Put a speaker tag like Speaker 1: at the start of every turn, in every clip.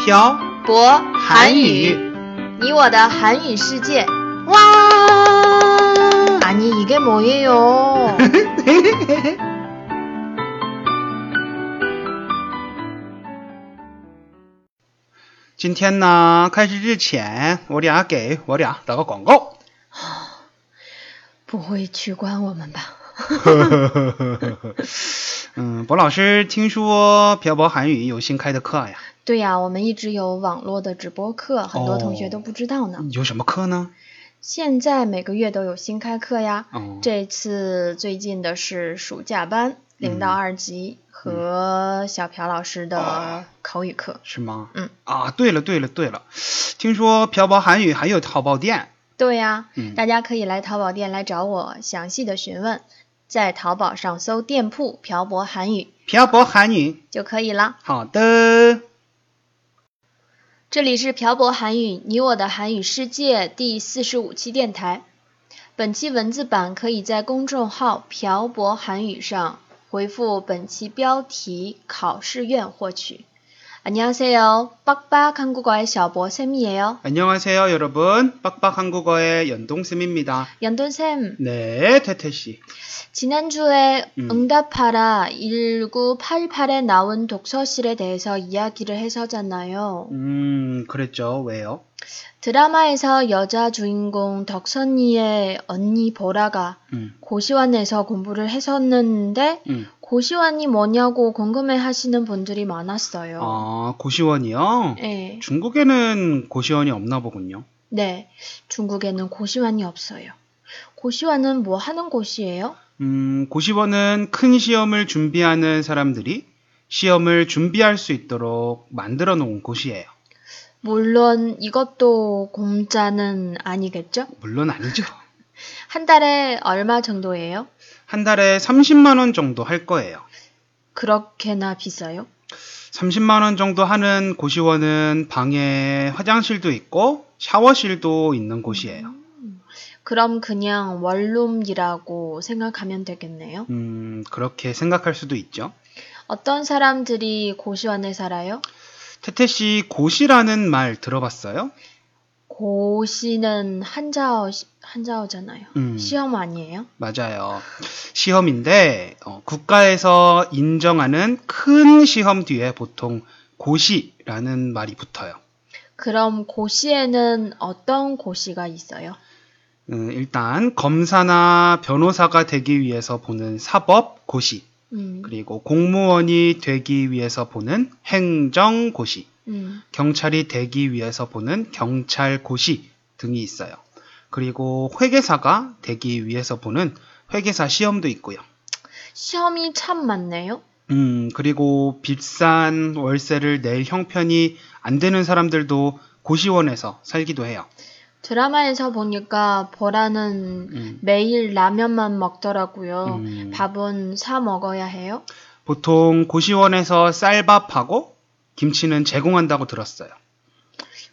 Speaker 1: 朴
Speaker 2: 博
Speaker 1: 韩语
Speaker 2: 你我的韩语世界。啊
Speaker 1: 와.
Speaker 2: 아니 이게 뭐예요?
Speaker 1: 今天呢，开始之前，我俩给我俩打个广告。
Speaker 2: 不会取关我们吧？
Speaker 1: 嗯，博老师听说漂泊韩语有新开的课呀，
Speaker 2: 对呀、我们一直有网络的直播课，很多同学都不知道呢。
Speaker 1: 有什么课呢？
Speaker 2: 现在每个月都有新开课呀。
Speaker 1: 哦，
Speaker 2: 这次最近的是暑假班
Speaker 1: 嗯
Speaker 2: 零到二级和小朴老师的口语课。
Speaker 1: 是吗？
Speaker 2: 嗯
Speaker 1: 啊，对了对了对了，听说漂泊韩语还有淘宝店，
Speaker 2: 对呀、
Speaker 1: 嗯
Speaker 2: 大家可以来淘宝店来找我详细的询问，在淘宝上搜店铺“漂泊韩语
Speaker 1: 漂泊韩语。”
Speaker 2: 就可以了。
Speaker 1: 好的，
Speaker 2: 这里是漂泊韩语，你我的韩语世界第四十五期电台。本期文字版可以在公众号“漂泊韩语”上回复本期标题“考试院”获取。안녕하세요，빡빡한국어의小博쌤이에요。
Speaker 1: 안녕하세요 여러분, 빡빡한국어의 연동쌤입니다.
Speaker 2: 연돈 쌤,
Speaker 1: 네, 태태 씨.
Speaker 2: 지난주에
Speaker 1: 음.
Speaker 2: 응답하라 1988에 나온 독서실에 대해서 이야기를 했었잖아요.
Speaker 1: 음, 그랬죠. 왜요?
Speaker 2: 드라마에서 여자 주인공 덕선이의 언니 보라가
Speaker 1: 음,
Speaker 2: 고시원에서 공부를 했었는데
Speaker 1: 음.
Speaker 2: 고시원이 뭐냐고 궁금해 하시는 분들이 많았어요.
Speaker 1: 아, 고시원이요?
Speaker 2: 네.
Speaker 1: 중국에는 고시원이 없나 보군요.
Speaker 2: 네. 중국에는 고시원이 없어요. 고시원은 뭐 하는 곳이에요?
Speaker 1: 음, 고시원은 큰 시험을 준비하는 사람들이 시험을 준비할 수 있도록 만들어 놓은 곳이에요.
Speaker 2: 물론 이것도 공짜는 아니겠죠?
Speaker 1: 물론 아니죠.
Speaker 2: 한 달에 얼마 정도예요?
Speaker 1: 한 달에 30만 원 정도 할 거예요.
Speaker 2: 그렇게나 비싸요?
Speaker 1: 30만 원 정도 하는 고시원은 방에 화장실도 있고 샤워실도 있는 곳이에요.
Speaker 2: 그럼 그냥 원룸이라고 생각하면 되겠네요.
Speaker 1: 음, 그렇게 생각할 수도 있죠.
Speaker 2: 어떤 사람들이 고시원에 살아요?
Speaker 1: 태태 씨 고시라는 말 들어봤어요?
Speaker 2: 고시는 한자어 한자어잖아요.
Speaker 1: 음.
Speaker 2: 시험 아니에요?
Speaker 1: 맞아요. 시험인데 어, 국가에서 인정하는 큰 시험 뒤에 보통 고시라는 말이 붙어요.
Speaker 2: 그럼 고시에는 어떤 고시가 있어요?
Speaker 1: 음, 일단 검사나 변호사가 되기 위해서 보는 사법 고시,
Speaker 2: 음,
Speaker 1: 그리고 공무원이 되기 위해서 보는 행정 고시,
Speaker 2: 음,
Speaker 1: 경찰이 되기 위해서 보는 경찰 고시 등이 있어요. 그리고 회계사가 되기 위해서 보는 회계사 시험도 있고요.
Speaker 2: 시험이 참 많네요.
Speaker 1: 음, 그리고 비싼 월세를 낼 형편이 안 되는 사람들도 고시원에서 살기도 해요.
Speaker 2: 드라마에서 보니까 보라는
Speaker 1: 음,
Speaker 2: 매일 라면만 먹더라고요.
Speaker 1: 음.
Speaker 2: 밥은 사 먹어야 해요?
Speaker 1: 보통 고시원에서 쌀밥하고 김치는 제공한다고 들었어요.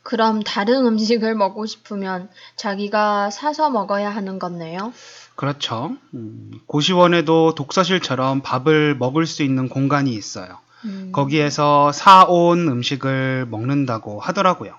Speaker 2: 그럼 다른 음식을 먹고 싶으면 자기가 사서 먹어야 하는 건네요.
Speaker 1: 그렇죠. 음, 고시원에도 독서실처럼 밥을 먹을 수 있는 공간이 있어요.
Speaker 2: 음,
Speaker 1: 거기에서 사온 음식을 먹는다고 하더라고요.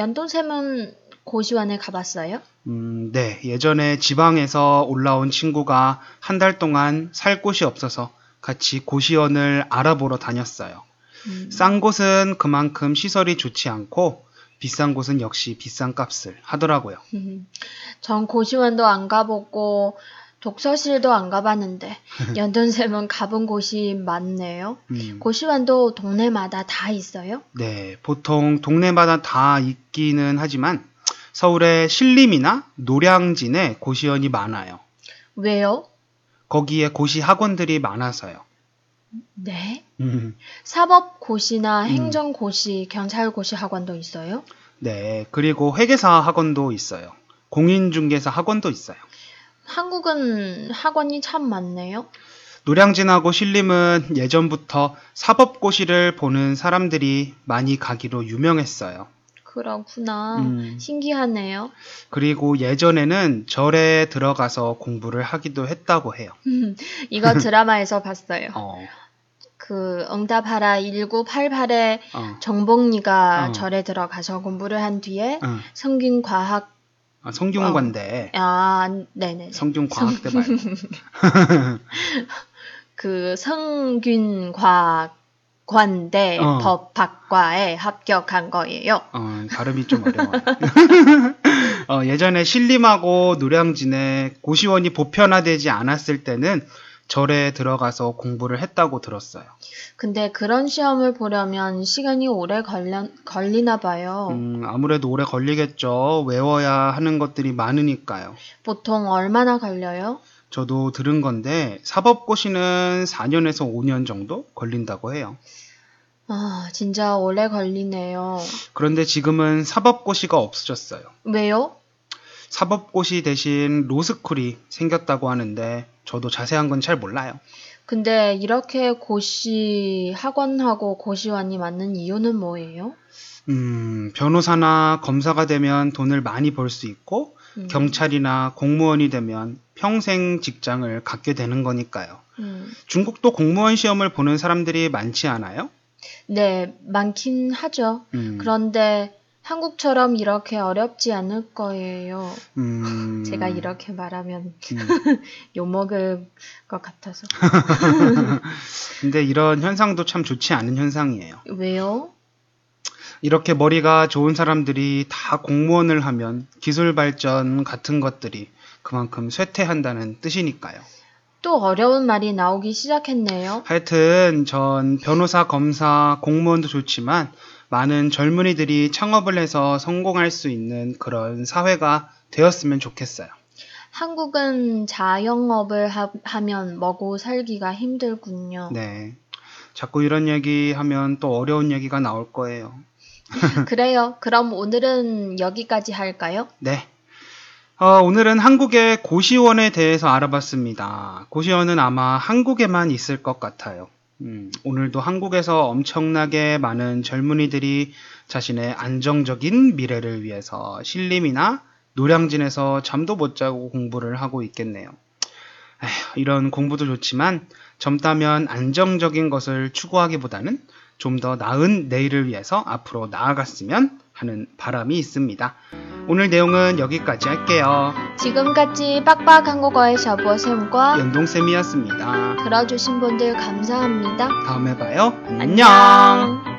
Speaker 2: 연돈샘은 고시원에 가봤어요?
Speaker 1: 음, 네. 예전에 지방에서 올라온 친구가 한 달 동안 살 곳이 없어서 같이 고시원을 알아보러 다녔어요.
Speaker 2: 음,
Speaker 1: 싼 곳은 그만큼 시설이 좋지 않고 비싼 곳은 역시 비싼 값을 하더라고요.
Speaker 2: 전 고시원도 안 가보고 독서실도 안 가봤는데 연돈샘은 가본 곳이 많네요.
Speaker 1: 음,
Speaker 2: 고시원도 동네마다 다 있어요?
Speaker 1: 네. 보통 동네마다 다 있기는 하지만 서울의 신림이나 노량진에 고시원이 많아요.
Speaker 2: 왜요?
Speaker 1: 거기에 고시 학원들이 많아서요.
Speaker 2: 네.
Speaker 1: 음.
Speaker 2: 사법 고시나
Speaker 1: 음.
Speaker 2: 행정 고시, 경찰 고시 학원도 있어요?
Speaker 1: 네, 그리고 회계사 학원도 있어요. 공인중개사 학원도 있어요.
Speaker 2: 한국은 학원이 참 많네요.
Speaker 1: 노량진하고 신림은 예전부터 사법고시를 보는 사람들이 많이 가기로 유명했어요.
Speaker 2: 그렇구나.
Speaker 1: 음.
Speaker 2: 신기하네요.
Speaker 1: 그리고 예전에는 절에 들어가서 공부를 하기도 했다고 해요.
Speaker 2: 이거 드라마에서 봤어요.
Speaker 1: 어,
Speaker 2: 그 응답하라 1988에
Speaker 1: 어,
Speaker 2: 정복리가
Speaker 1: 어.
Speaker 2: 절에 들어가서 공부를 한 뒤에
Speaker 1: 어.
Speaker 2: 성균 과학
Speaker 1: 아, 성균관대
Speaker 2: 아 네네
Speaker 1: 성균과학대 말고
Speaker 2: 그 성균 과학 관대
Speaker 1: 어.
Speaker 2: 법학과에 합격한 거예요.
Speaker 1: 어, 발음이 좀 어려워요. 어, 예전에 신림하고 노량진에 고시원이 보편화되지 않았을 때는 절에 들어가서 공부를 했다고 들었어요.
Speaker 2: 근데 그런 시험을 보려면 시간이 오래 걸려, 걸리나 봐요.
Speaker 1: 음, 아무래도 오래 걸리겠죠. 외워야 하는 것들이 많으니까요.
Speaker 2: 보통 얼마나 걸려요?
Speaker 1: 저도 들은 건데 사법고시는 4년에서 5년 정도 걸린다고 해요.
Speaker 2: 아, 진짜 오래 걸리네요.
Speaker 1: 그런데 지금은 사법고시가 없어졌어요.
Speaker 2: 왜요?
Speaker 1: 사법고시 대신 로스쿨이 생겼다고 하는데 저도 자세한 건 잘 몰라요.
Speaker 2: 근데 이렇게 고시 학원하고 고시원이 맞는 이유는 뭐예요?
Speaker 1: 음, 변호사나 검사가 되면 돈을 많이 벌 수 있고
Speaker 2: 음,
Speaker 1: 경찰이나 공무원이 되면 평생 직장을 갖게 되는 거니까요.
Speaker 2: 음.
Speaker 1: 중국도 공무원 시험을 보는 사람들이 많지 않아요?
Speaker 2: 네, 많긴 하죠.
Speaker 1: 음,
Speaker 2: 그런데 한국처럼 이렇게 어렵지 않을 거예요.
Speaker 1: 음,
Speaker 2: 제가 이렇게 말하면
Speaker 1: 음.
Speaker 2: 욕먹을 것 같아서.
Speaker 1: 근데 이런 현상도 참 좋지 않은 현상이에요.
Speaker 2: 왜요?
Speaker 1: 이렇게 머리가 좋은 사람들이 다 공무원을 하면 기술 발전 같은 것들이 그만큼 쇠퇴한다는 뜻이니까요.
Speaker 2: 또 어려운 말이 나오기 시작했네요.
Speaker 1: 하여튼 전 변호사, 검사, 공무원도 좋지만 많은 젊은이들이 창업을 해서 성공할 수 있는 그런 사회가 되었으면 좋겠어요.
Speaker 2: 한국은 자영업을 하, 면 먹고 살기가 힘들군요.
Speaker 1: 네. 자꾸 이런 얘기 하면 또 어려운 얘기가 나올 거예요.
Speaker 2: 그래요. 그럼 오늘은 여기까지 할까요?
Speaker 1: 네. 어, 오늘은 한국의 고시원에 대해서 알아봤습니다. 고시원은 아마 한국에만 있을 것 같아요. 음, 오늘도 한국에서 엄청나게 많은 젊은이들이 자신의 안정적인 미래를 위해서 신림이나 노량진에서 잠도 못 자고 공부를 하고 있겠네요. 에휴, 이런 공부도 좋지만 젊다면 안정적인 것을 추구하기보다는 좀 더 나은 내일을 위해서 앞으로 나아갔으면 하는 바람이 있습니다. 오늘 내용은 여기까지 할게요.
Speaker 2: 지금까지 빡빡한 국어의 샤브어 쌤과
Speaker 1: 연동쌤이었습니다.
Speaker 2: 들어주신 분들 감사합니다.
Speaker 1: 다음에 봐요. 안녕.